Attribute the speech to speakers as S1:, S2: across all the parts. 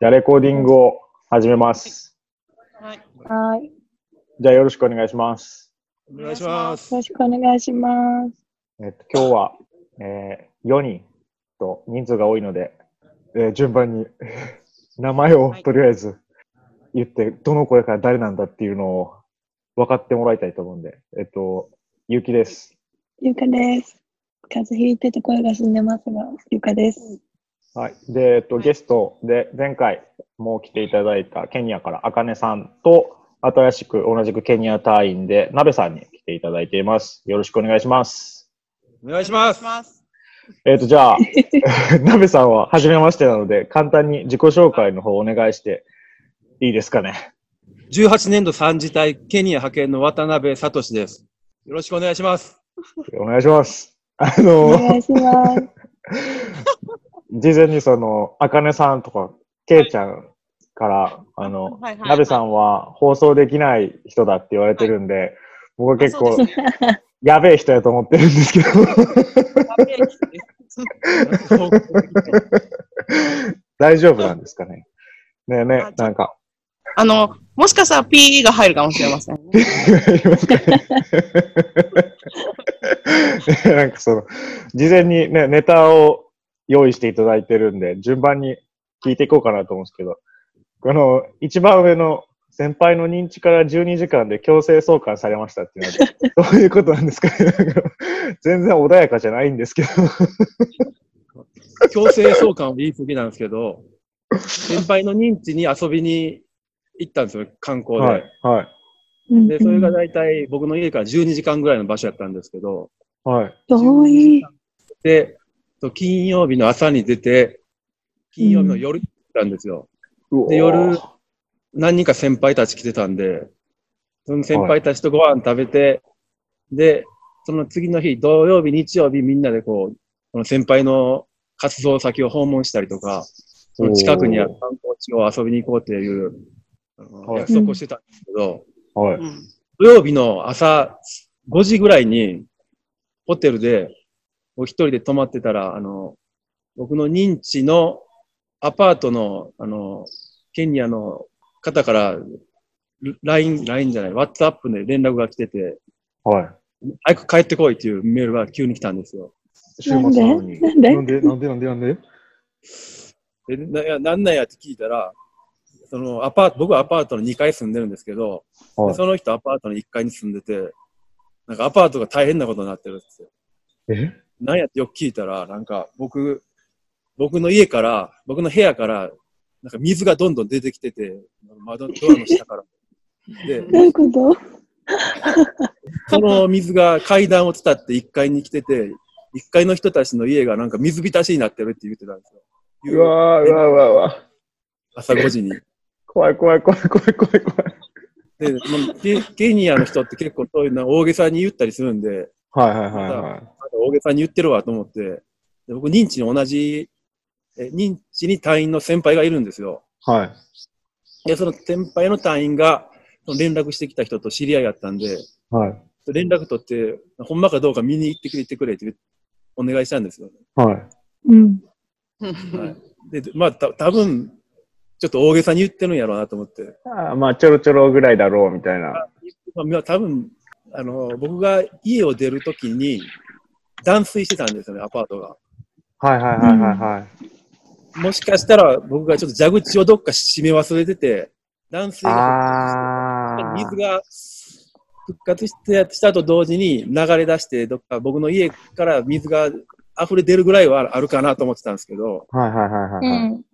S1: じゃあ、レコーディングを始めます。
S2: はい。
S3: はい。よ
S1: じゃあ、よろしくお願いします。
S4: お願いします。
S3: ろしくお願いします。
S1: えっと、今日は、えー4人と人数が多いので、えー順番に 名前を
S2: はい
S1: とりあえず言って、どの声から誰なんだっていうのを分かってもらいたいと思うんで、えっと、ゆうきです。
S3: ゆかです。風邪ひいてて声が死んでますが、ゆかです。
S1: はい。で、えっと、ゲストで、前回も来ていただいたケニアから、あかねさんと、新しく同じくケニア隊員で、なべさんに来ていただいています。よろしくお願いします。
S4: お願いします。
S2: ます。
S1: えっ、と、じゃあ、 なべさんは初めましてなので、簡単に自己紹介の方お願いしていいですかね。
S4: 18年度3次隊ケニア派遣の渡辺聡です。よろしくお願いします。
S1: お願いします。あ
S3: お
S1: の、
S3: 願いします。
S1: 事前にその、あかねさんとか、けいちゃんから、あの、
S2: はいはい
S1: なべさんは放送できない人だって言われてるんで、僕は結
S2: あ
S1: 構
S2: そう、
S1: やべえ人やと思ってるんですけど、 大丈夫なんですかね。ねえね
S2: あ
S1: え、なんか、
S2: あの、もしかしたら P が入るかもしれません。
S1: いますかね なんかその、事前にね、ネタを用意していただいてるんで、順番に聞いていこうかなと思うんですけど、この、一番上の先輩の認知から12時間で強制送還されましたっていう のは、どういうことなんですかねなんか全然穏やかじゃないんですけど。
S4: 強制送還を言い過ぎなんですけど、先輩の認知に遊びに行ったんですよ、観光で。
S1: はい、はい、
S4: で、それが大体僕の家から12時間ぐらいの場所やったんですけど、
S1: はい。
S3: 遠い。
S4: で、そう金曜日の朝に出て、金曜日の夜行ったんですよ。で、夜、何人か先輩たち来てたんで、その先輩たちとご飯食べて、で、その次の日、土曜日、日曜日、みんなでこう、その先輩の活動先を訪問したりとか、その近くにある観光地を遊びに行こうっていう、あの
S1: はい
S4: 約束をしてたんですけど、
S1: はい。
S4: 土曜日の朝5時ぐらいに、ホテルで、僕一人で泊まってたら、あの、僕の認知のアパートの、あの、ケニアの方から、LINE、LINE じゃない、WhatsApp で連絡が来てて、
S1: はい。
S4: 早く帰ってこいっていうメールが急に来たんですよ。
S1: 週末なのに。
S3: なんで
S1: なんでなんでなんでなんで
S4: で、なやなんなんやって聞いたら、そのアパート、僕はアパートの2階住んでるんですけど、で
S1: はい
S4: その人アパートの1階に住んでて、なんかアパートが大変なことになってるんですよ。
S1: え
S4: なんやってよく聞いたら、なんか僕、僕の家から、僕の部屋から、なんか水がどんどん出てきてて、窓、ドアの下から。で、
S3: どういうこと
S4: その水が階段を伝って1階に来てて、1階の人たちの家がなんか水浸しになってるって言ってたんですよ。
S1: うわーうわーうわーうわー
S4: 朝5時に。
S1: 怖い怖い怖い怖い怖い怖い。
S4: で、まあケケニアの人って結構そういうの大げさに言ったりするんで、
S1: はいはいはいはい。
S4: なんか大げさに言ってるわと思って、で僕、認知に同じ、え認知に隊員の先輩がいるんですよ。
S1: はい。
S4: で、その先輩の隊員が、その連絡してきた人と知り合いやったんで、
S1: はい。
S4: 連絡取って、ほんまかどうか見に行ってくれてくれって言うお願いしたんですよ、
S1: はい。
S3: うん。
S4: ね。で、まあ、た多分ちょっと大げさに言ってるんやろうなと思って。
S1: あーまあ、ちょろちょろぐらいだろう、みたいな。
S4: まあまあ、多分あの、僕が家を出るときに、断水してたんですよね、アパートが。
S1: はいはいはいはいはい。
S4: もしかしたら、僕がちょっと蛇口をどっか閉め忘れてて、断水が
S1: あー。
S4: 水が復活してしたと同時に流れ出して、どっか僕の家から水が溢れ出るぐらいはあるかなと思ってたんですけど、
S1: はいはいはいはい。
S3: ん。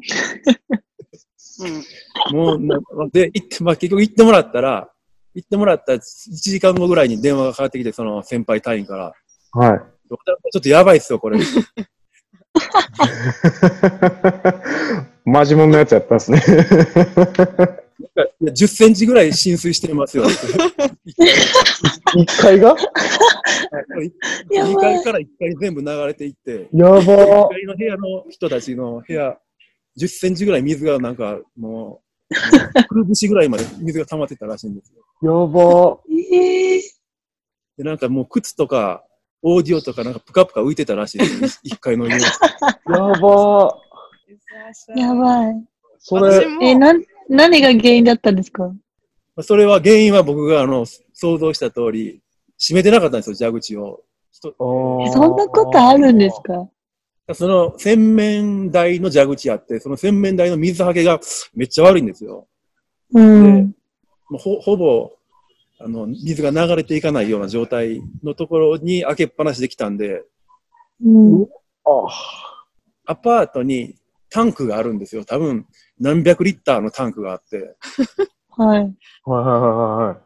S4: もうな、で、行って、まあ結局行ってもらったら、行ってもらった1時間後ぐらいに電話がかかってきて、その先輩隊員から、
S1: はい。
S4: ちょっとやばいっすよ、これ。
S1: マジモンのやつやったんですね。
S4: いや10センチぐらい浸水してますよ。
S1: 一階が
S3: やばい
S4: 2階から1階全部流れていって、
S1: やば
S4: 1
S1: ー。
S4: 階の部屋の人たちの部屋、10センチぐらい水がなんかもう、くるぶしぐらいまで水が溜まってたらしいんですよ。
S1: やばー。
S3: ええ
S4: で、なんかもう靴とか、オーディオとかなんかぷかぷか浮いてたらしいですよ、1階の家。
S1: やばー。
S3: やばい。
S1: それ
S2: 私、も
S3: え、なん、何が原因だったんですか
S4: それは原因は僕があの想像した通り、閉めてなかったんですよ、蛇口を。人
S3: えそんなことあるんですか
S4: その洗面台の蛇口あって、その洗面台の水はけがめっちゃ悪いんですよ。
S3: うん。
S4: もうほほぼあの水が流れていかないような状態のところに開けっぱなしできたんで、
S3: うん。
S1: あ
S4: アパートにタンクがあるんですよ。多分何百リッターのタンクがあって、
S3: はい。
S1: あ。はいはいはいは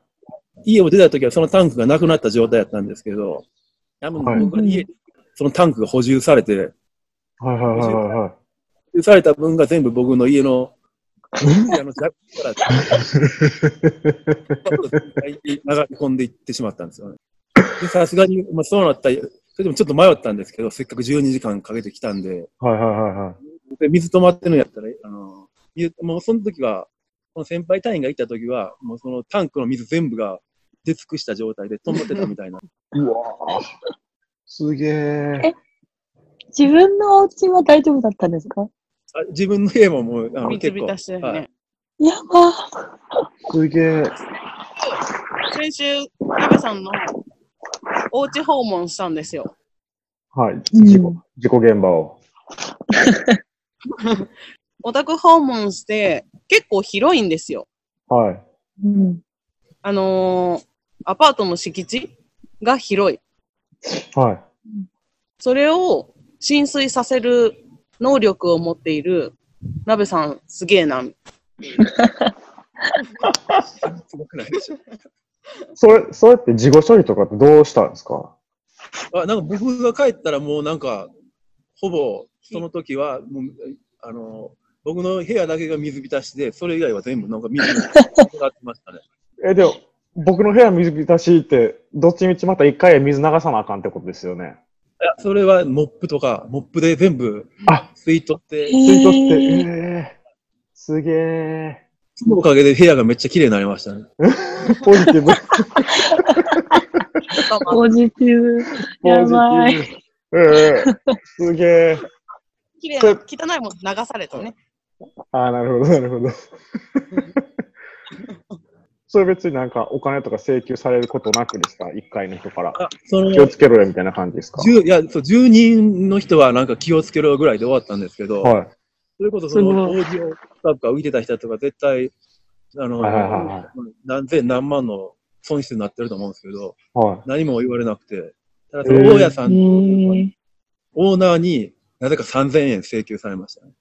S1: い。
S4: 家を出た時はそのタンクがなくなった状態だったんですけど、多
S1: はい
S4: 分僕は家、そのタンクが補充されて、
S1: はいはいはいはいはい。
S4: 補充された分が全部僕の家の、あの、ジャックから、流れ込んでいってしまったんですよね。でさすがに、まあ、そうなった、それでもちょっと迷ったんですけど、せっかく12時間かけてきたんで、
S1: はいはいはいはい。
S4: で水止まってるのやったら、あの、水もうその時は、この先輩隊員が行った時は、もうそのタンクの水全部が出尽くした状態で止まってた みたいな。
S1: うわぁ。すげえ。
S3: 自分のお家は大丈夫だったんですか
S4: あ自分の家ももう、あの、
S2: ビ
S4: 結
S2: タ
S4: 構。
S2: ビタしてる
S4: は
S2: ね
S4: い。
S3: やばー。
S1: すげえ。
S2: 先週、矢部さんのお家訪問したんですよ。
S1: はい。
S3: うん
S1: 事故、事故現場を。
S2: お宅訪問して、結構広いんですよ。
S1: はい。
S3: うん。
S2: あのーアパートの敷地が広い。
S1: はい。
S2: それを浸水させる能力を持っている、鍋さんすげえな。
S4: すごくないでしょ
S1: それ、それって事後処理とかってどうしたんですか
S4: あなんか僕が帰ったらもうなんか、ほぼその時はもう、あの、僕の部屋だけが水浸しで、それ以外は全部なんか水に浸かってましたね。
S1: え、でも、僕の部屋水浸しって、どっちみちまた一回は水流さなあかんってことですよね。
S4: いや、それはモップとか、モップで全部
S1: あ
S4: 吸い取って、
S1: 吸い取って、え
S3: えー
S1: えすげえ。
S4: そのおかげで部屋がめっちゃ綺麗になりましたね。
S1: ポジティブ。
S3: ポジティブ。 やばい。
S1: ブ。ええすげえ。
S2: 綺麗な、汚いもの流されてね。
S1: ああ、なるほど、なるほど。 それ別になんかお金とか請求されることなくですか一回の人から。
S4: あ、その、
S1: 気をつけろよみたいな感じですか
S4: 10いや、そう、10人の人はなんか気をつけろぐらいで終わったんですけど、
S1: はい。
S4: それこそ
S3: す
S4: そ
S3: ごい
S4: のオーディオスタッフが浮いてた人とか絶対、あの、
S1: はいはいはいは
S4: 何千何万の損失になってると思うんですけど、
S1: は
S4: 何も言われなくて、ただその
S1: へー
S4: 大家さ
S3: え
S4: ん、
S3: ー
S4: オーナーになぜか3000円請求されましたね。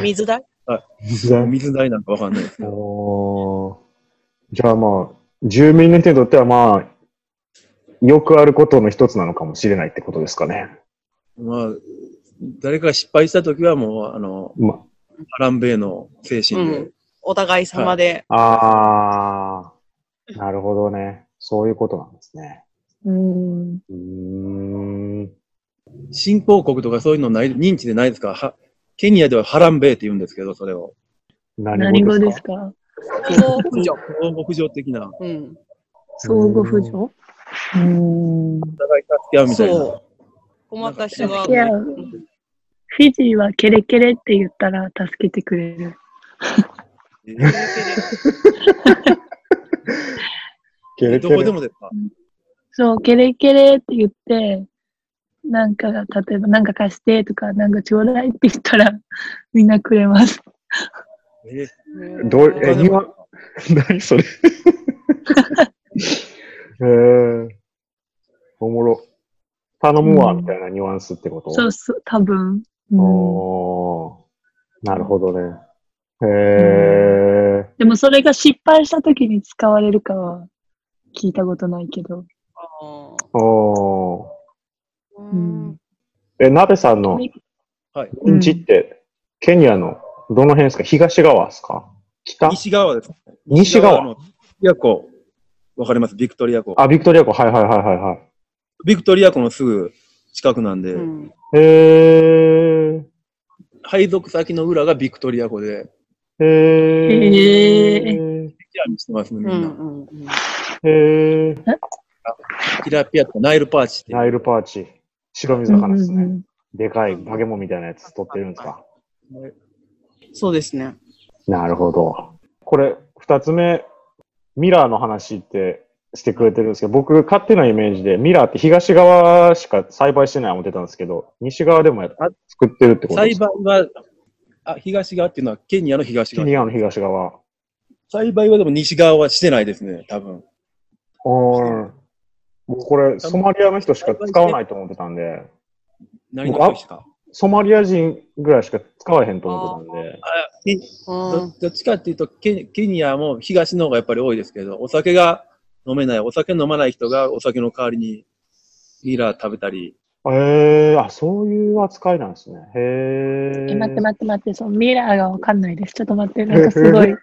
S2: 水代
S1: い。
S4: 水代なんかわかんないですけど。
S1: おーじゃあまあ、住民の人にとってはまあ、よくあることの一つなのかもしれないってことですかね。
S4: まあ、誰かが失敗したときはもう、あの、
S1: ま
S4: アランベイの精神で、
S2: うんお互い様で。
S1: ああ、なるほどね。そういうことなんですね。
S3: うん。
S1: うーん。
S4: 新興国とかそういうのない、認知でないですかはケニアではハランベイって言うんですけど、それを。
S1: 何
S3: 何
S1: 語
S3: 語
S1: で
S3: ですす
S1: か
S3: か
S2: 相互扶助。
S4: 大牧場的な、
S2: うん。
S1: 何
S3: 相
S1: 語
S3: 互
S1: ですか
S3: 扶助うん。
S4: お互い助け合うみたいな。
S2: そう。困った人が。
S3: いやフィジーはケレケレって言ったら助けてくれる。
S4: え
S1: ケレケ
S4: ーど
S1: レ
S4: こでもですか
S3: そう、ケレケレって言って、なんか、例えば、なんか貸してとか、なんかちょうだいって言ったら、 みんなくれます。
S4: えー
S1: どう
S4: どこ
S1: え
S4: でも
S1: 今、何そ れ。えー、おもろ。頼むわ、
S3: うん
S1: みたいなニュアンスってこと
S3: そうそう、多分。うん、
S1: おーなるほどね。へ
S3: でもそれが失敗した時に使われるかは聞いたことないけど。
S2: あ
S1: ー。おー
S2: ーう
S3: うんん。
S1: え、なべさんの
S4: はい。
S1: うんちって、ケニアのどの辺ですか東側ですか北
S4: 西側です。
S1: 西側
S4: のビクトリア湖。わかりますビクトリア湖。
S1: あ、ビクトリア湖。はいはいはいはいは
S4: ビクトリア湖のすぐ近くなんで、
S2: うん
S1: い。へー。
S4: 配属先の裏がビクトリア湖で、
S1: へー。
S4: ピラミしてますね、みん
S2: う
S4: な。
S2: ん。うん
S1: へー。
S4: ピラピラとナイルパーチっていう
S1: ナイルパーチ。白身
S3: うん
S1: 魚です
S3: うんう
S1: ね。
S3: ん
S1: でかい、バゲモンみたいなやつ取ってるんですか。
S2: そうですね。
S5: なるほど。
S1: これ、二つ目、ミラーの話ってしてくれてるんですけど、僕、勝手なイメージで、ミラーって東側しか栽培してない思ってたんですけど、西側でもやっ
S4: あ
S1: 作ってるってことで
S4: 栽
S1: すか
S4: 培は、あ、東側っていうのはケニアの東
S1: ケ
S4: 側。
S1: ニアの東側。
S4: 栽培はでも西側はしてないですね、多分。
S1: おーもうこれ、ソマリアの人しか使わないと思ってたんで、
S4: 何の話か。
S1: ソマリア人ぐらいしか使わへんと思ってたんで、
S4: ケ
S2: あ
S4: どどっちかっていうとケ、ケニアも東の方がやっぱり多いですけど、お酒が飲めない、お酒飲まない人がお酒の代わりにミラー食べたり、
S1: えー、あ、そういう扱いなんですね。へ
S3: え
S1: ー。
S3: 待って待って待って、そのミラーがわかんないです。ちょっと待って、なんかすごい、
S1: こ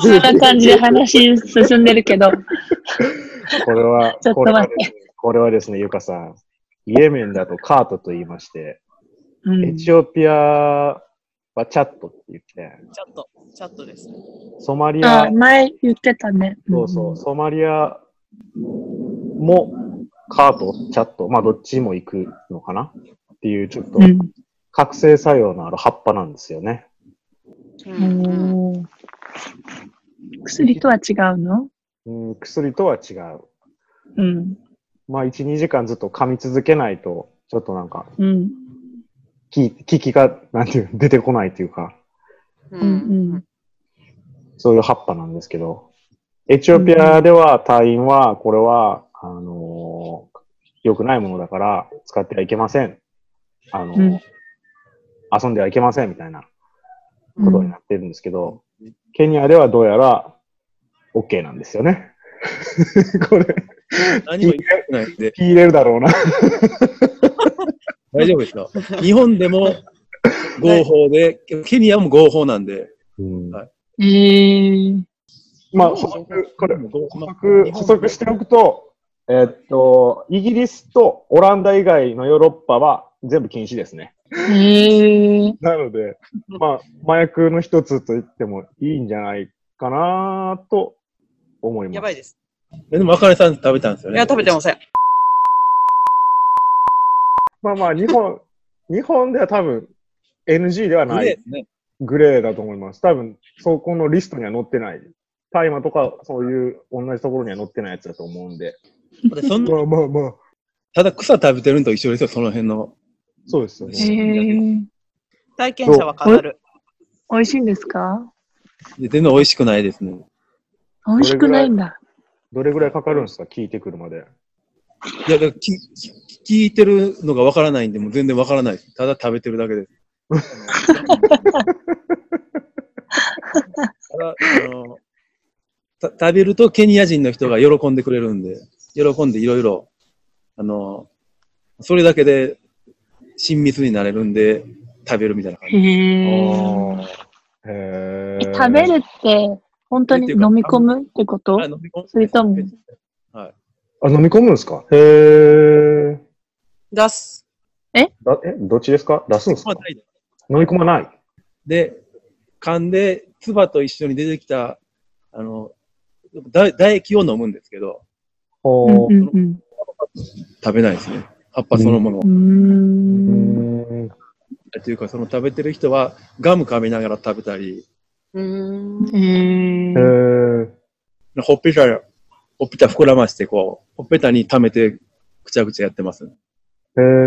S3: こんな感じで話進んでるけど、
S1: れは
S3: ちょ、っ
S1: ことれは
S3: 待
S1: ですね、これはですね、ゆかさん。イエメンだとカートと言いまして、
S3: うん
S1: エチオピアはチャットって言って、
S2: チャット、チャットですね。
S1: ソマリア
S3: あ、前言ってたね。
S1: そうそう、ソマリアもカート、チャット、まあどっちも行くのかなっていうちょっと
S3: うん。うん
S1: 覚醒作用のある葉っぱなんですよね。
S2: うんうん
S3: おー薬とは違うの
S1: うん、薬とは違う。
S3: うん。
S1: まあ1、2時間ずっと噛み続けないと、ちょっとなんか、
S3: うん。
S1: き効きが、なんていう、出てこないというか、
S2: うん
S3: うん
S2: うん
S1: そういう葉っぱなんですけど、エチオピアでは隊員は、これは、あのー良くないものだから使ってはいけません。あのー
S3: うん
S1: 遊んではいけませんみたいな
S3: う
S1: ことに
S3: ん
S1: なってるんですけど、ケニアではどうやら OK なんですよね。 これ、
S4: 何も言ってない んで、
S1: ピー入れるだろうな。
S4: 大丈夫ですよ。日本でも合法で、ケニアも合法なんで、
S1: うん
S4: はい
S3: ええ。
S1: まあ、補足、これ、
S4: 合法
S1: 補足、補足しておくと、えーっと、イギリスとオランダ以外のヨーロッパは全部禁止ですね。
S3: ええ。
S1: なので、まあ、麻薬の一つと言ってもいいんじゃないかなと思います。
S2: やばいです。
S4: でも、赤根さん食べたんですよ
S2: い
S4: ね。
S2: や、食べてません。
S1: まあまあ、日本、 日本では多分 NG では
S4: グ
S1: な
S4: レー
S1: い
S4: ですね。
S1: グレーだと思います。多分、そこのリストには載ってない。大麻とか、そういう同じところには載ってないやつだと思うんで。
S4: だってそんな
S1: まあまあまあ、
S4: ただ草食べてるのと一緒ですよ、その辺の。
S1: そうですよ
S3: え
S1: ね。
S3: え。
S2: 体験者は語る。
S3: 美味しいんですか
S4: で全然美味しくないですね。
S3: 美味しくないんだ。
S1: どれぐらいかかるんですか聞いてくるまで。
S4: いや、だからきき聞いてるのがわからないんで、もう全然わからないです。ただ食べてるだけです。ただあのた食べるとケニア人の人が喜んでくれるんで、喜んでいろいろ、あの、それだけで親密になれるんで、食べるみたいな感
S3: へ
S4: じ。
S3: え。
S1: あーへー
S3: 食べるって、本当に飲み込むってこと
S4: あ飲み込ん
S3: それとも
S1: あ、飲み込むんですかへー。
S2: 出す。
S1: だえ、どっちですか出すんです
S4: ま
S1: か
S4: あないです
S1: 飲み込まない。
S4: で、噛んで、唾と一緒に出てきた、あの、だ唾液を飲むんですけど、
S1: お
S3: うんうん
S4: 食べないですね。葉っぱそのものを。
S3: うん。うーん。
S4: というか、その食べてる人は、ガム噛みながら食べたり、
S2: うーん。
S3: へえ。
S1: へえ。
S4: ほっぺた、ほっぺた膨らまして、こう、ほっぺたに溜めて、くちゃくちゃやってます。
S1: へ
S3: ー
S1: え。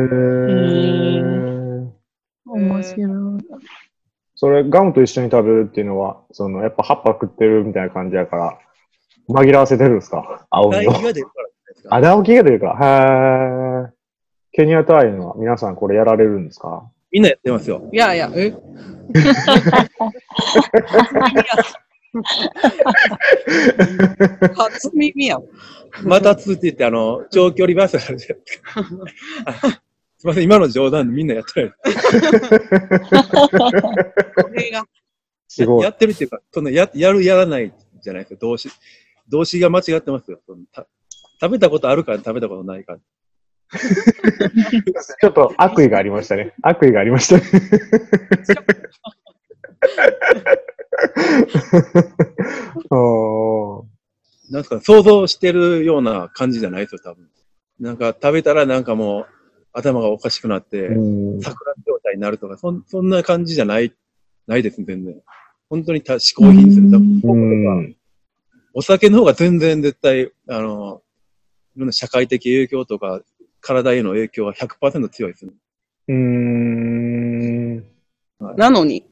S3: 面白い。
S1: それ、ガムと一緒に食べるっていうのは、その、やっぱ葉っぱ食ってるみたいな感じやから、紛らわせてるんですか青
S4: 唾
S1: み
S4: 液
S1: を。
S4: が出るからじゃないですか。
S1: あ、青木が出るから。へえ。ケニア隊員は皆さんこれやられるんですか
S4: みんなやってますよ。
S2: いやいや、 えいや初耳やん。
S4: またつって言って、あの、長距離バスあるじゃないで すか。あすいません、今の冗談でみんなやってない。
S2: これが。
S1: すご
S4: や
S1: い。
S4: ってるっていうか、そのややる、やらないじゃないですか、動詞。動詞が間違ってますよ。そのた食べたことあるか食べたことないか。
S1: ちょっと悪意がありましたね。悪意がありましたね。おー
S4: なんですか、想像してるような感じじゃないですよ、多分。なんか食べたらなんかもう頭がおかしくなって、
S1: うん
S4: 錯乱状態になるとか、そんそんな感じじゃないないですね、全然。本当にた嗜好品ですね。だから
S1: うん。
S4: お酒の方が全然絶対、あの、いろんな社会的影響とか、体への影響は100%強いですね。
S1: うん。
S2: なのに。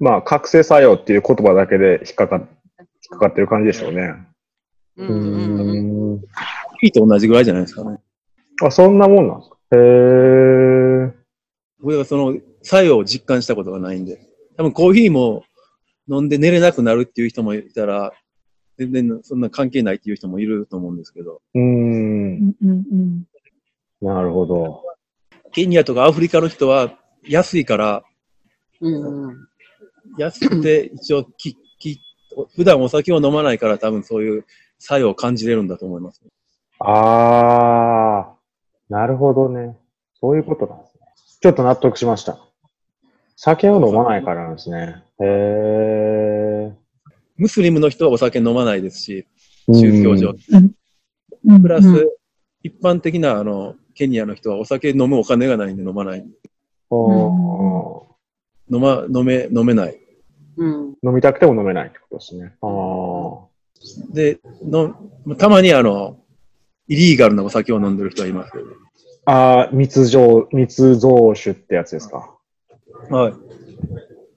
S1: まあ、覚醒作用っていう言葉だけで引っかかっ引っかかってる感じでしょうね。う
S2: う
S1: ん
S2: うんう
S1: ん。
S2: ん
S4: いいと同じぐらいじゃないですかね。
S1: あ、そんなもんなんですかへー。
S4: 僕はその作用を実感したことがないんで。多分コーヒーも飲んで寝れなくなるっていう人もいたら、全然そんな関係ないっていう人もいると思うんですけど、
S1: うーん。
S3: うんうんうん。
S1: なるほど。
S4: ケニアとかアフリカの人は安いから、
S2: うんうん
S4: 安くて一応き、き、普段お酒を飲まないから多分そういう作用を感じれるんだと思います。
S1: あー、なるほどね。そういうことなんですね。ちょっと納得しました。酒を飲まないからなんですね。へー。
S4: ムスリムの人はお酒飲まないですし、宗教上。
S3: うん
S4: プラス、
S2: うん
S4: 一般的な、あの、ケニアの人はお酒飲むお金がないんで飲まない。
S1: お
S4: 飲ま、飲め、飲めない。
S2: うん
S1: ー飲みたくても飲めないってことですね。あー。
S4: で、の、たまにあの、イリーガルなお酒を飲んでる人はいますけど。
S1: あー、密造、密造酒ってやつですか。
S4: はい。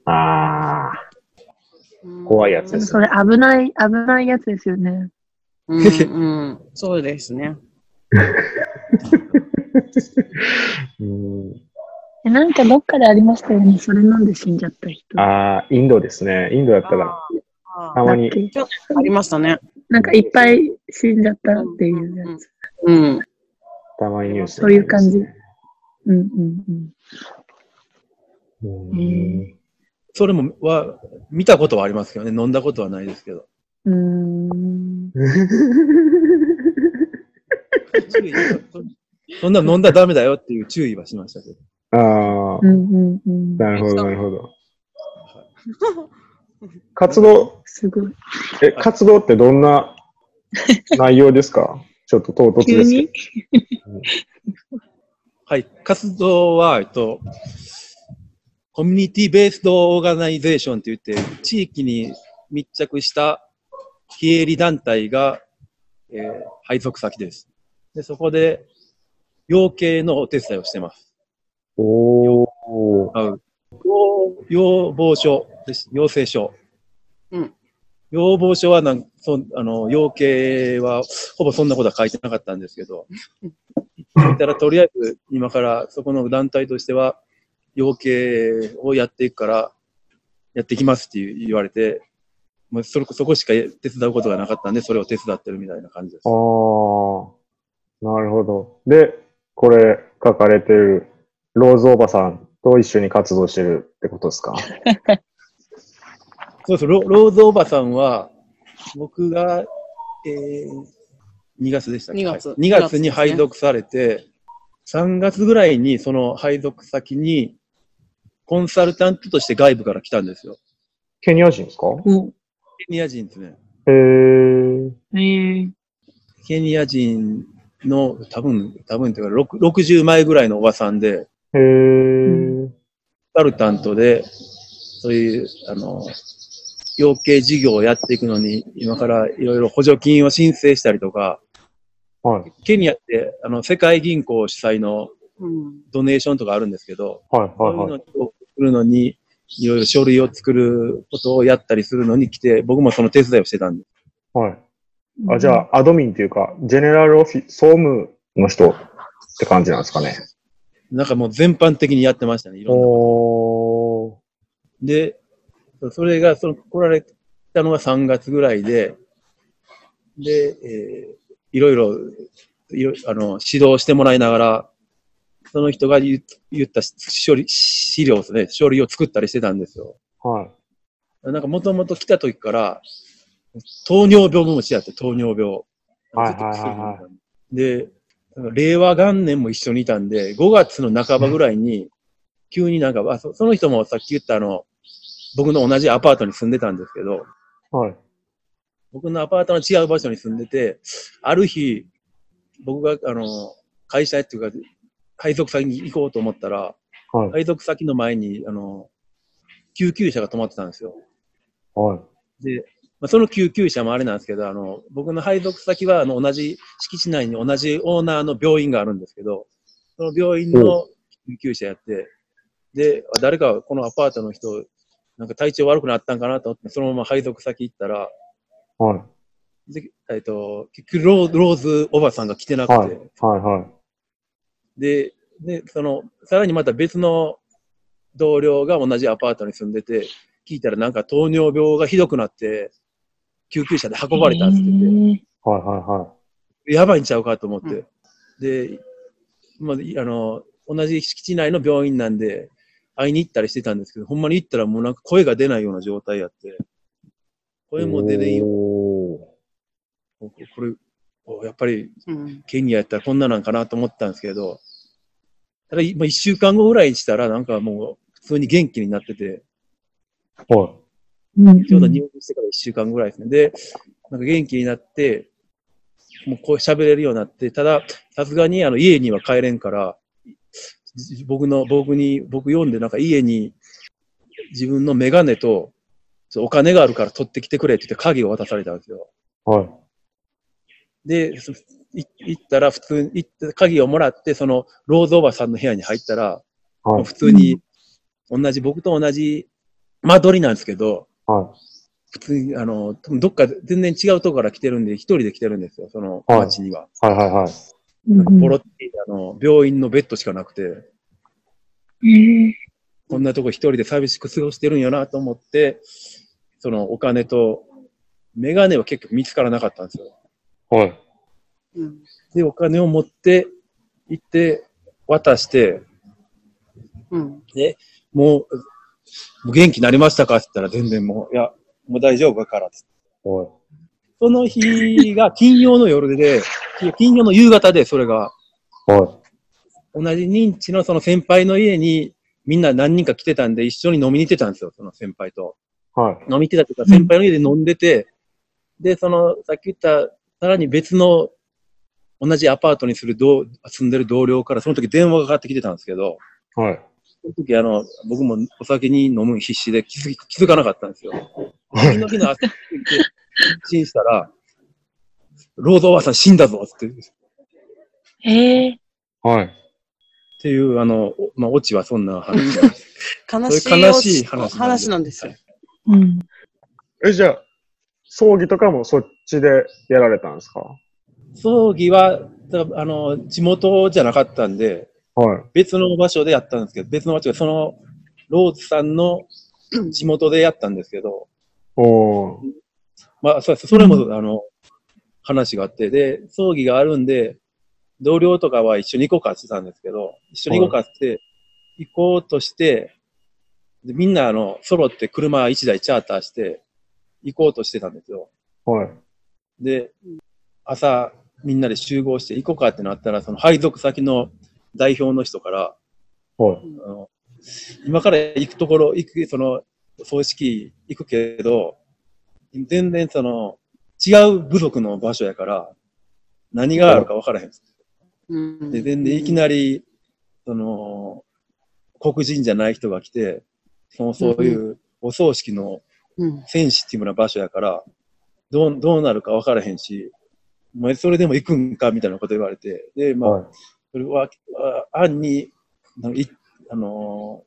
S1: あ怖いやつです
S3: それ危ない、危ないやつですよね。
S2: うんうんそうですね。
S1: ー。うん
S3: えなんかどっかでありましたよね。それ飲んで死んじゃった人。
S1: あー、インドですね。インドだったら、
S2: あ
S1: た
S2: ー
S1: ま
S3: だ
S1: に
S3: っ。け
S2: ちょっとありましたね。
S3: なんかいっぱい死んじゃったっていうやつ。
S2: うん。
S1: たまにニュース
S3: そういう感じうんうんうん。
S1: うん
S4: それも、は、見たことはありますけどね。飲んだことはないですけど。
S3: うーん。
S4: 注意そんな飲んだらダメだよっていう注意はしましたけど。
S1: ああ
S3: う、んうんうん。
S1: なるほど、なるほど。 活動、
S3: すごい。
S1: え、活動ってどんな内容ですかちょっと唐突
S3: 急
S1: ですけ
S3: に
S1: ど。
S4: はい。活動は、えっと、コミュニティベースドオーガナイゼーションといって、地域に密着した非営利団体が、えー配属先です。で、そこで、養鶏のお手伝いをしてます。
S1: おお。
S4: あう要要望書です。要請書。
S2: うん。
S4: 要望書はなんそん、あの、養鶏は、ほぼそんなことは書いてなかったんですけど、言ったら、とりあえず、今から、そこの団体としては、養鶏をやっていくから、やってきますっていう言われて、もうそれそこしか手伝うことがなかったんで、それを手伝ってるみたいな感じです。
S1: ああ、なるほど。で、これ書かれてるローズおばさんと一緒に活動してるってこと ですか
S4: そうそう、ロローズおばさんは、僕が、えー、2月でしたっけ
S2: 2月
S4: 2月に配属されて、3月ぐらいにその配属先に、コンサルタントとして外部から来たんですよ。
S1: ケニア人ですか
S3: お
S4: ケニア人ですね。
S1: へえ。
S3: えー、
S4: ケニア人の多分、多分というか、ろく60前ぐらいのおばさんで、
S1: へえ。
S4: コンサルタントで、そういう、あの、養鶏事業をやっていくのに、今からいろいろ補助金を申請したりとか、
S1: はい、
S4: ケニアって、あの、世界銀行主催の
S2: うん
S4: ドネーションとかあるんですけど、
S1: はい、
S4: そう
S1: はいいうはい。
S4: のを作るのに、いろいろ書類を作ることをやったりするのに来て、僕もその手伝いをしてたんで
S1: はい。あ、じゃ。あ、アドミンっていうか、ジェネラルオフィ、総務の人って感じなんですかね。
S4: す。なんかもう全般的にやってましたね、いろんなこ
S1: おー。
S4: と。で、それが、その、来られたのが3月ぐらいで、で、えーいろいろ、いろ、あの、指導してもらいながら、その人が言言った処理、資料ですね、書類を作ったりしてたんですよ。
S1: はい。
S4: なんかもともと来た時から、糖尿病もちやって、糖尿病。
S1: はいはいはいは
S4: で、なんか令和元年も一緒にいたんで、5月の半ばぐらいに、急になんか、あそその人もさっき言ったあの、僕の同じアパートに住んでたんですけど、
S1: はい。
S4: 僕のアパートの違う場所に住んでて、ある日、僕が、あの、会社っていうか、配属先に行こうと思ったら、
S1: はい。
S4: 配属先の前に、あの、救急車が止まってたんですよ。
S1: はい。
S4: で、まあ、その救急車もあれなんですけど、あの、僕の配属先は、あの、同じ、敷地内に同じオーナーの病院があるんですけど、その病院の救急車やって、で、あ誰かこのアパートの人、なんか体調悪くなったんかなと思って、そのまま配属先行ったら、
S1: はい。
S4: でえっと、結局ロー、ローズおばさんが来てなくて、
S1: はい。はい。はい。
S4: で、で、その、さらにまた別の同僚が同じアパートに住んでて、聞いたらなんか糖尿病がひどくなって、救急車で運ばれたんですって言って
S3: えー
S1: はい。は
S4: やばいんちゃうかと思って。
S2: うん
S4: で、まあ、いあの、同じ敷地内の病院なんで、会いに行ったりしてたんですけど、ほんまに行ったらもうなんか声が出ないような状態やって、
S1: い。
S4: 声も出ないよ。
S1: おー
S4: これ、おやっぱり
S2: うん。
S4: ケニアやったらこんななんかなと思ったんですけど、ただ、いまあ、一週間後ぐらいにしたら、なんかもう、普通に元気になってて、
S1: はい。
S3: うん
S4: ちょうど入院してから一週間ぐらいですね。で、なんか元気になって、もうこう喋れるようになって、ただ、さすがにあの家には帰れんから、じ僕の、僕に、僕読んで、なんか家に自分のメガネと、ちょお金があるから取ってきてくれって言って鍵を渡されたんですよ。
S1: はい。
S4: で、そい行ったら普通に、行って鍵をもらって、その、ローズおばさんの部屋に入ったら、
S1: は
S4: もう
S1: い。
S4: 普通に、同じ、僕と同じ間取りなんですけど、
S1: は
S4: 普通に、あの、多分どっか全然違うとこから来てるんで、一人で来てるんですよ、その
S1: はい
S4: 町には。
S1: い。はい。はい。はい。
S3: うん
S4: なんかポロって、あの、病院のベッドしかなくて、
S3: えー
S4: こんなとこ一人で寂しく過ごしてるんやなと思って、そのお金と、メガネは結局見つからなかったんですよ。
S1: はい。
S2: うん。
S4: で、お金を持って行って、渡して、
S2: うん。
S4: で、もう、もう元気になりましたかって言ったら全然もう、いや、もう大丈夫だからって。
S1: はい。
S4: その日が金曜の夜で、金曜の夕方で、それが、
S1: は
S4: 同じ認知のその先輩の家に、みんな何人か来てたんで、一緒に飲みに行ってたんですよ、その先輩と。
S1: い。はい。
S4: 飲みに行ってたっていうか、先輩の家で飲んでて、で、その、さっき言った、さらに別の、同じアパートにする同、住んでる同僚から、その時電話がかかってきてたんですけど、
S1: はい。
S4: その時あの、僕もお酒に飲む必死で気づき気づかなかったんですよ。
S1: はい
S4: 次の日の朝に発信したら、ロードおばさん死んだぞっていう、っ
S3: えー
S1: はい。
S4: ていうあの、おまあ、オチはそんな話で
S2: 悲しい
S4: それ悲しい話なんで
S2: 話なんですよ。
S3: うん
S1: え、じゃあ、葬儀とかもそっちでやられたんですか
S4: 葬儀は、だあの、地元じゃなかったんで、
S1: はい。
S4: 別の場所でやったんですけど、別の場所で、その、ローズさんの地元でやったんですけど、
S1: おー。
S4: まあ、そうそれも、あの、話があって、で、葬儀があるんで、同僚とかは一緒に行こうかって言ってたんですけど、一緒に行こうかって言って、行こうとして、でみんな、あの、揃って車1台チャーターして、行こうとしてたんですよ。
S1: はい。
S4: で、朝、みんなで集合して行こうかってなったら、その配属先の代表の人から、
S1: はい。
S4: あの今から行くところ、行く、その、葬式行くけど、全然その、違う部族の場所やから、何があるか分からへん。
S2: うん
S4: で、全然いきなり、その、黒人じゃない人が来て、そのそういうお葬式の
S2: うん。
S4: センシティブな場所やから、どう、どうなるか分からへんし、お前それでも行くんかみたいなこと言われて、で、まあ、
S1: はい。
S4: それは、あ案に、なんかいあの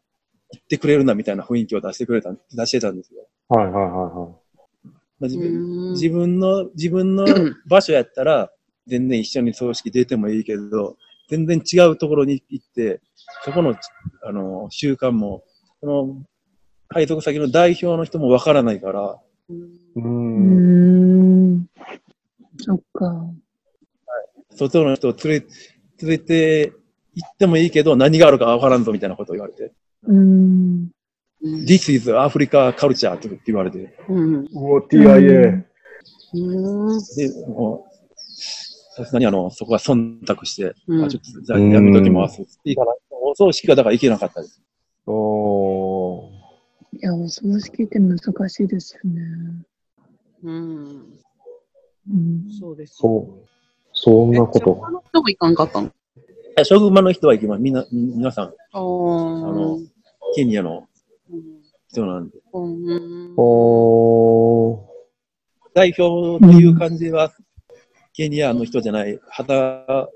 S4: ー言ってくれるなみたいな雰囲気を出してくれた、出してたんですよ。
S1: はい。はい。は
S4: まあ自分
S2: うん
S4: 自分の、自分 の場所やったら、全然一緒に葬式出てもいいけど、全然違うところに行って、そこの、あのー習慣も、その、配属先の代表の人もわからないから、
S1: い。うー。
S3: うんーんそっか
S4: 外の人を連れ、連れて行ってもいいけど、何があるかわからんぞみたいなことを言われて、
S3: うん
S2: うん。
S4: This is Africa culture とか言われて、
S2: うん。
S1: うお、TIA。
S2: うん。
S4: で、もう、さすがにあの、そこは忖度して、
S2: うん
S4: あちょっと、じゃあやめときます。いいかな。お葬式がだから行けなかったです。
S1: おー。
S3: いやお葬式って難しいですよね
S2: うん。
S3: うん
S2: そうです。
S1: そう。そん
S2: え
S1: なこと
S2: 職場の人も行かんかったの
S4: いや職場の人は行きます。みんな、み皆さん、
S2: ああの
S4: のケニアの人なんで。
S2: うん。
S1: おー。
S4: 代表っていう感じは、ケニアの人じゃない、旗が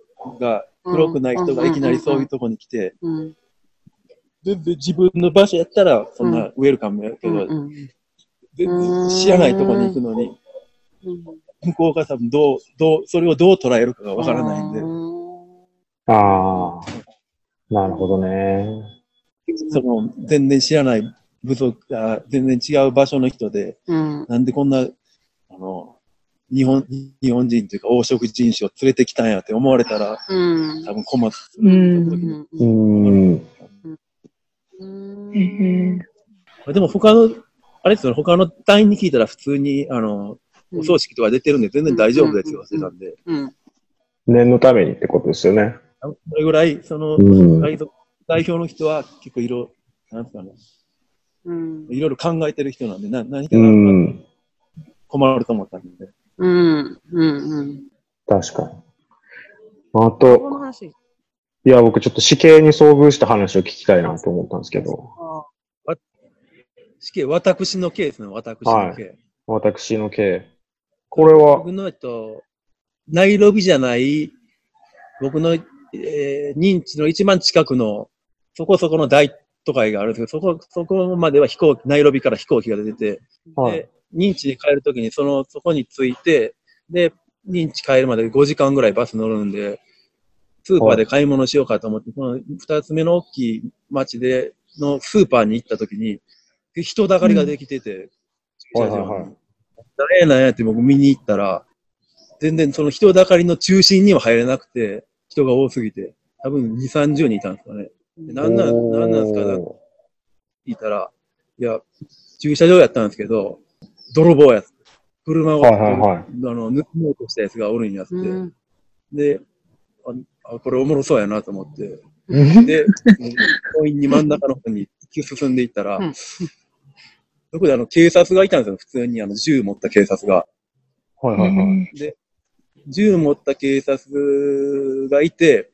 S4: 黒くない人がいきなりそういうとこに来て、
S2: うん。
S4: 全然自分の場所やったら、そんなウェルカムやけ
S2: うん
S4: ど、
S2: うん
S4: 全然知らないとこに行くのに、
S2: うん。
S4: 向こうが多分どう、どう、それをどう捉えるかがわからないんで
S2: う、
S1: あー。なるほどね。
S4: その全然知らない部族あ全然違う場所の人で、
S2: うん。
S4: なんでこんな、あの、日本、日本人というか黄色人種を連れてきたんやって思われたら、
S2: うん。
S4: 多分困る。
S3: うん
S2: う。
S1: うんん。
S2: うん。
S3: へえ
S4: でも他の、あれですよね、他の隊員に聞いたら普通に、あの、
S2: うん
S4: お葬式とか出てるんで全然大丈夫ですよって言ってたんで、
S2: うん。
S1: 念のためにってことですよね。
S4: それぐらい、その、
S1: うん
S4: 代表代表の人は結構いろ、なんですかね、
S2: うん。
S4: いろいろ考えてる人なんで、な何か
S1: う
S4: が
S1: ん。
S4: 困ると思ったんで。
S2: うん。うん。
S1: 確かに。あ
S2: この
S1: と、
S2: 話。
S1: いや、僕ちょっと死刑に遭遇した話を聞きたいなと思ったんですけど、
S2: あ
S4: 死刑、私の刑ですね、私の刑。
S1: 私の刑。これは、
S4: 僕の、えっと、ナイロビじゃない、僕の、えー認知の一番近くの、そこそこの大都会があるんですけど、そこ、そこまでは飛行機、ナイロビから飛行機が出てて、
S1: はい
S4: で、認知に帰るときに、その、そこに着いて、で、認知帰るまで5時間ぐらいバス乗るんで、スーパーで買い物しようかと思って、この2つ目の大きい町で、のスーパーに行ったときに、で人だかりができてて、
S1: は
S4: 駐
S1: い
S4: 車
S1: はい
S4: 場に
S1: はい。
S4: 誰なんやって僕見に行ったら、全然その人だかりの中心には入れなくて、人が多すぎて、多分2、30人いたんですかね。でなんなん、なんなんですかなんて
S1: お
S4: 聞いたら、いや、駐車場やったんですけど、泥棒やつ。車を、
S1: ーはいはいはい。
S4: あの、盗もうとしたやつがおるんやって。
S2: うん。
S4: でああ、これおもろそうやなと思って。
S1: うん
S4: で、病院に真ん中の方に進んでいったら
S2: うん、
S4: そこであの、警察がいたんですよ。普通にあの、銃持った警察が。
S1: はいはいはい。
S4: 銃持った警察がいて、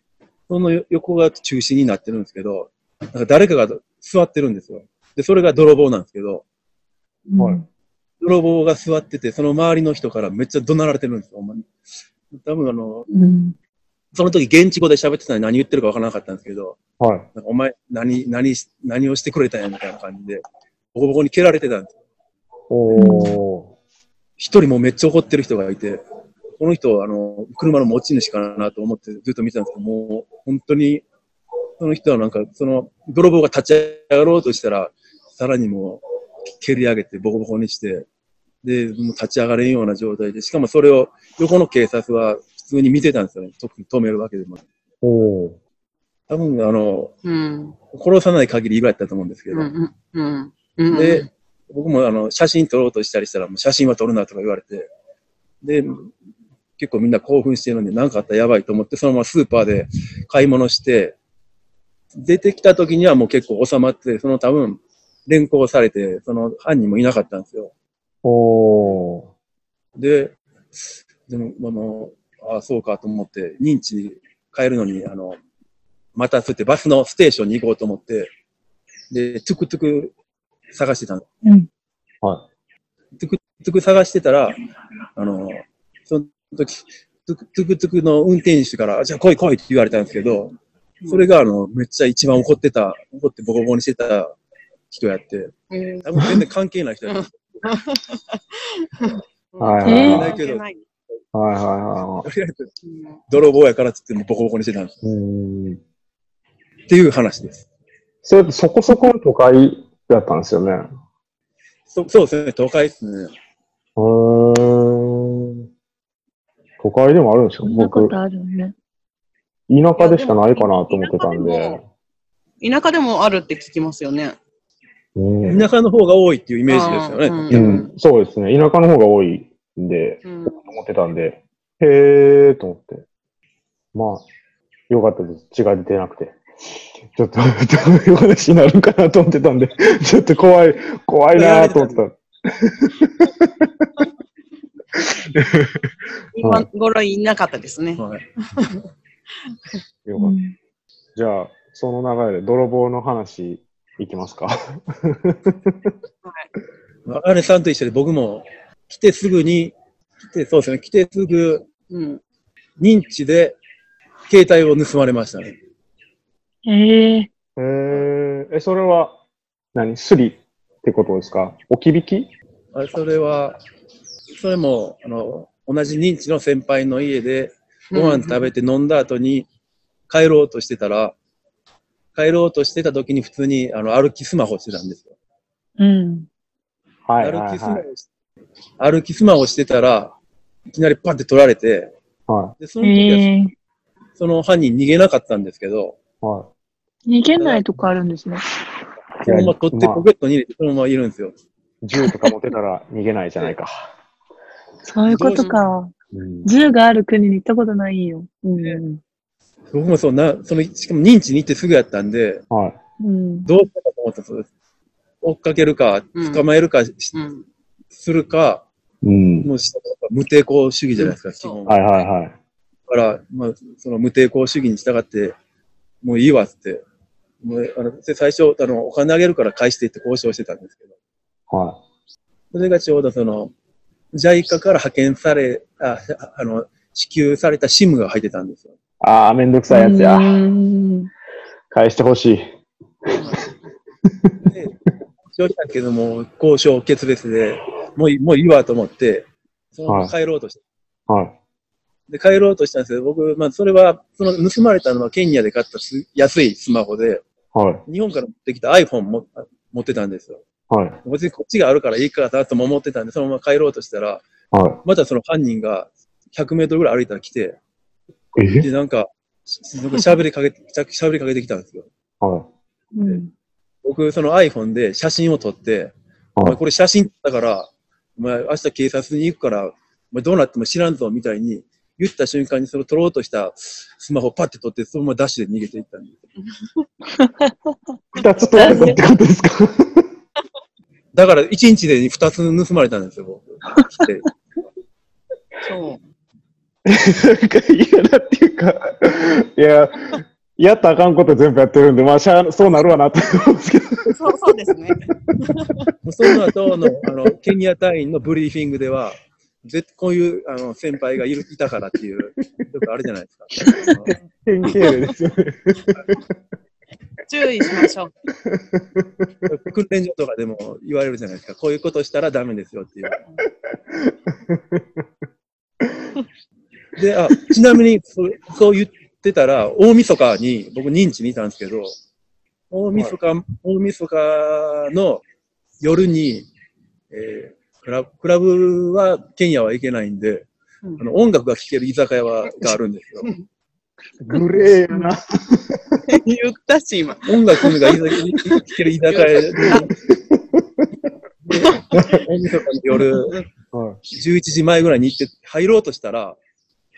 S4: その横が中心になってるんですけど、なんか誰かが座ってるんですよ。で、それが泥棒なんですけど、
S1: はい
S4: 泥棒が座ってて、その周りの人からめっちゃ怒鳴られてるんですよ、ほんまに。多分あの、
S3: うん
S4: その時現地語で喋ってたのに何言ってるかわからなかったんですけど、
S1: はい。
S4: なんかお前、何、何し、何をしてくれたんやみたいな感じで、ボコボコに蹴られてたんですよ。
S1: おー。
S4: 一人もうめっちゃ怒ってる人がいて、この人、あの、車の持ち主かなと思ってずっと見てたんですけど、もう、本当に、その人はなんか、その、泥棒が立ち上がろうとしたら、さらにもう、蹴り上げて、ボコボコにして、で、もう立ち上がれんような状態で、しかもそれを、横の警察は普通に見てたんですよね。特に止めるわけでも。
S1: おー。
S4: 多分、あの、
S2: うん。
S4: 殺さない限り今やったと思うんですけど。
S2: うん。うん。うん。。
S4: で、僕もあの写真撮ろうとしたりしたら、もう写真は撮るなとか言われて、で、結構みんな興奮してるんで、なんかあったらやばいと思って、そのままスーパーで買い物して、出てきた時にはもう結構収まって、その多分、連行されて、その犯人もいなかったんですよ。
S1: おー。
S4: で、でも、まあもう、ああ、そうかと思って、認知変えるのに、あの、またそうやってバスのステーションに行こうと思って、で、トゥクトゥク探してたんです
S3: うん
S1: は
S4: トゥクトゥク探してたら、あの、その時、トゥクトゥクトゥクの運転手から、じゃあ来い来いって言われたんですけど、それがあの、めっちゃ一番怒ってた、怒ってボコボコにしてた人やって、多分全然関係ない人やった。
S1: はいい。は
S4: はいはい
S1: いはいは
S4: とりあえず、泥棒やからって言ってもボコボコにしてたんです。
S1: い。うん。
S4: っていう話です。
S1: それってそこそこの都会だったんですよね。
S4: そそうですね、都会ですね。
S1: うーん。都会でもあるんです
S3: そ
S1: よ。
S3: んなこ
S1: 僕、
S3: とあるね。
S1: 田舎でしかないかなと思ってたんで。
S2: 田舎でもあるって聞きますよね。
S1: うん。
S4: 田舎の方が多いっていうイメージですよね。
S2: うん
S1: う
S4: う
S1: ん、
S4: ん
S1: そうですね。田舎の方が多いんで、
S2: うん。
S1: 思ってたんで、へーと思って。まあ、よかったです。血が出てなくて。ちょっと、どういう話になるかなと思ってたんで、ちょっと怖い、怖いなーと思って
S2: 今頃いなかったですね。
S4: はい
S1: た。よかった。じゃあ、その流れで泥棒の話、いきますか。
S4: あかねさんと一緒で僕も来てすぐに、来て、そうですね、来てすぐ
S2: うん。
S4: 認知で携帯を盗まれましたね。
S3: ええ
S1: えー、え、それは、何スリってことですか置き引き
S4: あれそれは、それも、あの、同じ認知の先輩の家で、ご飯食べて飲んだ後に帰ろうとしてたら、帰ろうとしてた時に普通にあの歩きスマホしてたんですよ。
S3: うん。
S1: はいは
S4: 歩
S1: い
S4: きスマ
S1: はい。
S4: ホし歩きスマホしてたら、いきなりパンって取られて、
S1: は
S4: で、その時は
S3: ええ
S4: その犯人逃げなかったんですけど、
S1: い。は
S3: 逃げないとこあるんですね。
S1: い。
S4: そのまま取って
S1: まあ
S4: ポケットに入れて、そのままいるんですよ。
S1: 銃とか持ってたら逃げないじゃないか。
S3: そういうことか。
S1: うん
S3: 銃がある国に行ったことないよ。うんう
S4: 僕もそうな、その、しかも認知に行ってすぐやったんで、
S1: はい。
S3: ん。うん。
S4: どうしようかと思ったそうです。追っかけるか、
S2: うん
S4: 捕まえるかし、
S2: うん。
S4: するか、
S1: うん。
S4: もうし無抵抗主義じゃないですか、基
S2: う
S4: 本。だ
S1: はいはいはい。
S4: から、まあ、その無抵抗主義に従って、もういいわっつって、もうあので最初あの、お金あげるから返してって交渉してたんですけど、
S1: は
S4: それがちょうどその、JICA から派遣され、ああの支給された SIM が入ってたんですよ。
S1: い。ああ、めんどくさいやつや。
S3: うん
S1: 返してほしい。
S4: で、交渉したけども、交渉決別で、もういもういいわと思って、そのまま帰ろうとして、
S1: はい。
S4: で、帰ろうとしたんですけど、僕、まあ、それは、その盗まれたのはケニアで買ったす安いスマホで、
S1: はい。
S4: 日本から持ってきた iPhone も持ってたんですよ。
S1: はい。
S4: 別にこっちがあるからいいかなとも思ってたんで、そのまま帰ろうとしたら、
S1: は
S4: またその犯人が100メートルぐらい歩いたら来て、
S1: い。え
S4: で、なんか、しなんか喋りかけて、 しゃ喋りかけてきたんですよ。
S1: はい。
S3: うん。
S4: 僕、その iPhone で写真を撮って、お前これ写真撮ったから、お前明日警察に行くから、お前どうなっても知らんぞ、みたいに言った瞬間にその撮ろうとしたスマホパッて撮って、そのままダッシュで逃げていったんです。
S1: 二つ取られたってことですか
S4: だから1日で2つ盗まれたんですよ、僕。来て
S2: そう。
S1: なんか嫌だっていうか、いや、やったらあかんこと全部やってるんで、まあ、しゃあそうなるわなって思うんですけど。
S2: そうそうですね。
S4: もうその後のあのケニア隊員のブリーフィングでは、絶こういうあの先輩がいるいたからっていう、よくあれじゃないですか。
S1: 典型例ですよね。
S2: 注意しましょう。
S4: あの 訓練所とかでも言われるじゃないですか、こういうことしたらダメですよっていう。であちなみにそう、そう言ってたら、大晦日に僕、認知にいたんですけど、大晦日、大晦日の夜に、えークラブクラブは、ケニアは行けないんで、
S2: うん
S4: あの音楽が聴ける居酒屋はがあるんですよ。
S1: グレーやな。
S2: 言ったし、今。
S4: 音楽が居酒屋聴ける居酒屋で、大晦日の夜、
S1: はい。
S4: 11時前ぐらいに行って入ろうとしたら、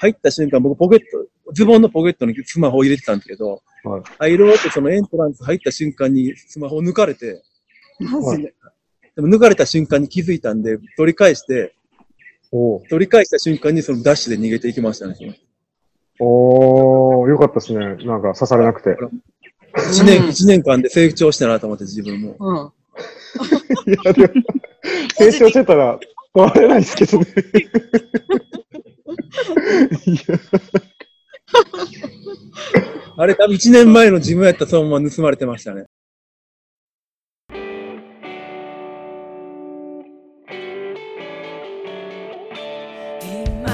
S4: 入った瞬間僕ポケット、ズボンのポケットにスマホを入れてたんですけど、
S1: はい
S4: 入ろうとそのエントランス入った瞬間にスマホを抜かれて、
S2: マジで。
S4: でも抜かれた瞬間に気づいたんで、取り返して、
S1: おー
S4: 取り返した瞬間にそのダッシュで逃げていきましたね。その
S1: おー、よかったですね。なんか刺されなくて。
S4: 一
S2: うん
S4: 年、一年間で成長したなと思って自分も。
S2: うん。
S1: いや、でも、 成長してたら取られないですけどね。いや
S4: あれ多分一年前の自分やったらそのまま盗まれてましたね。
S5: 今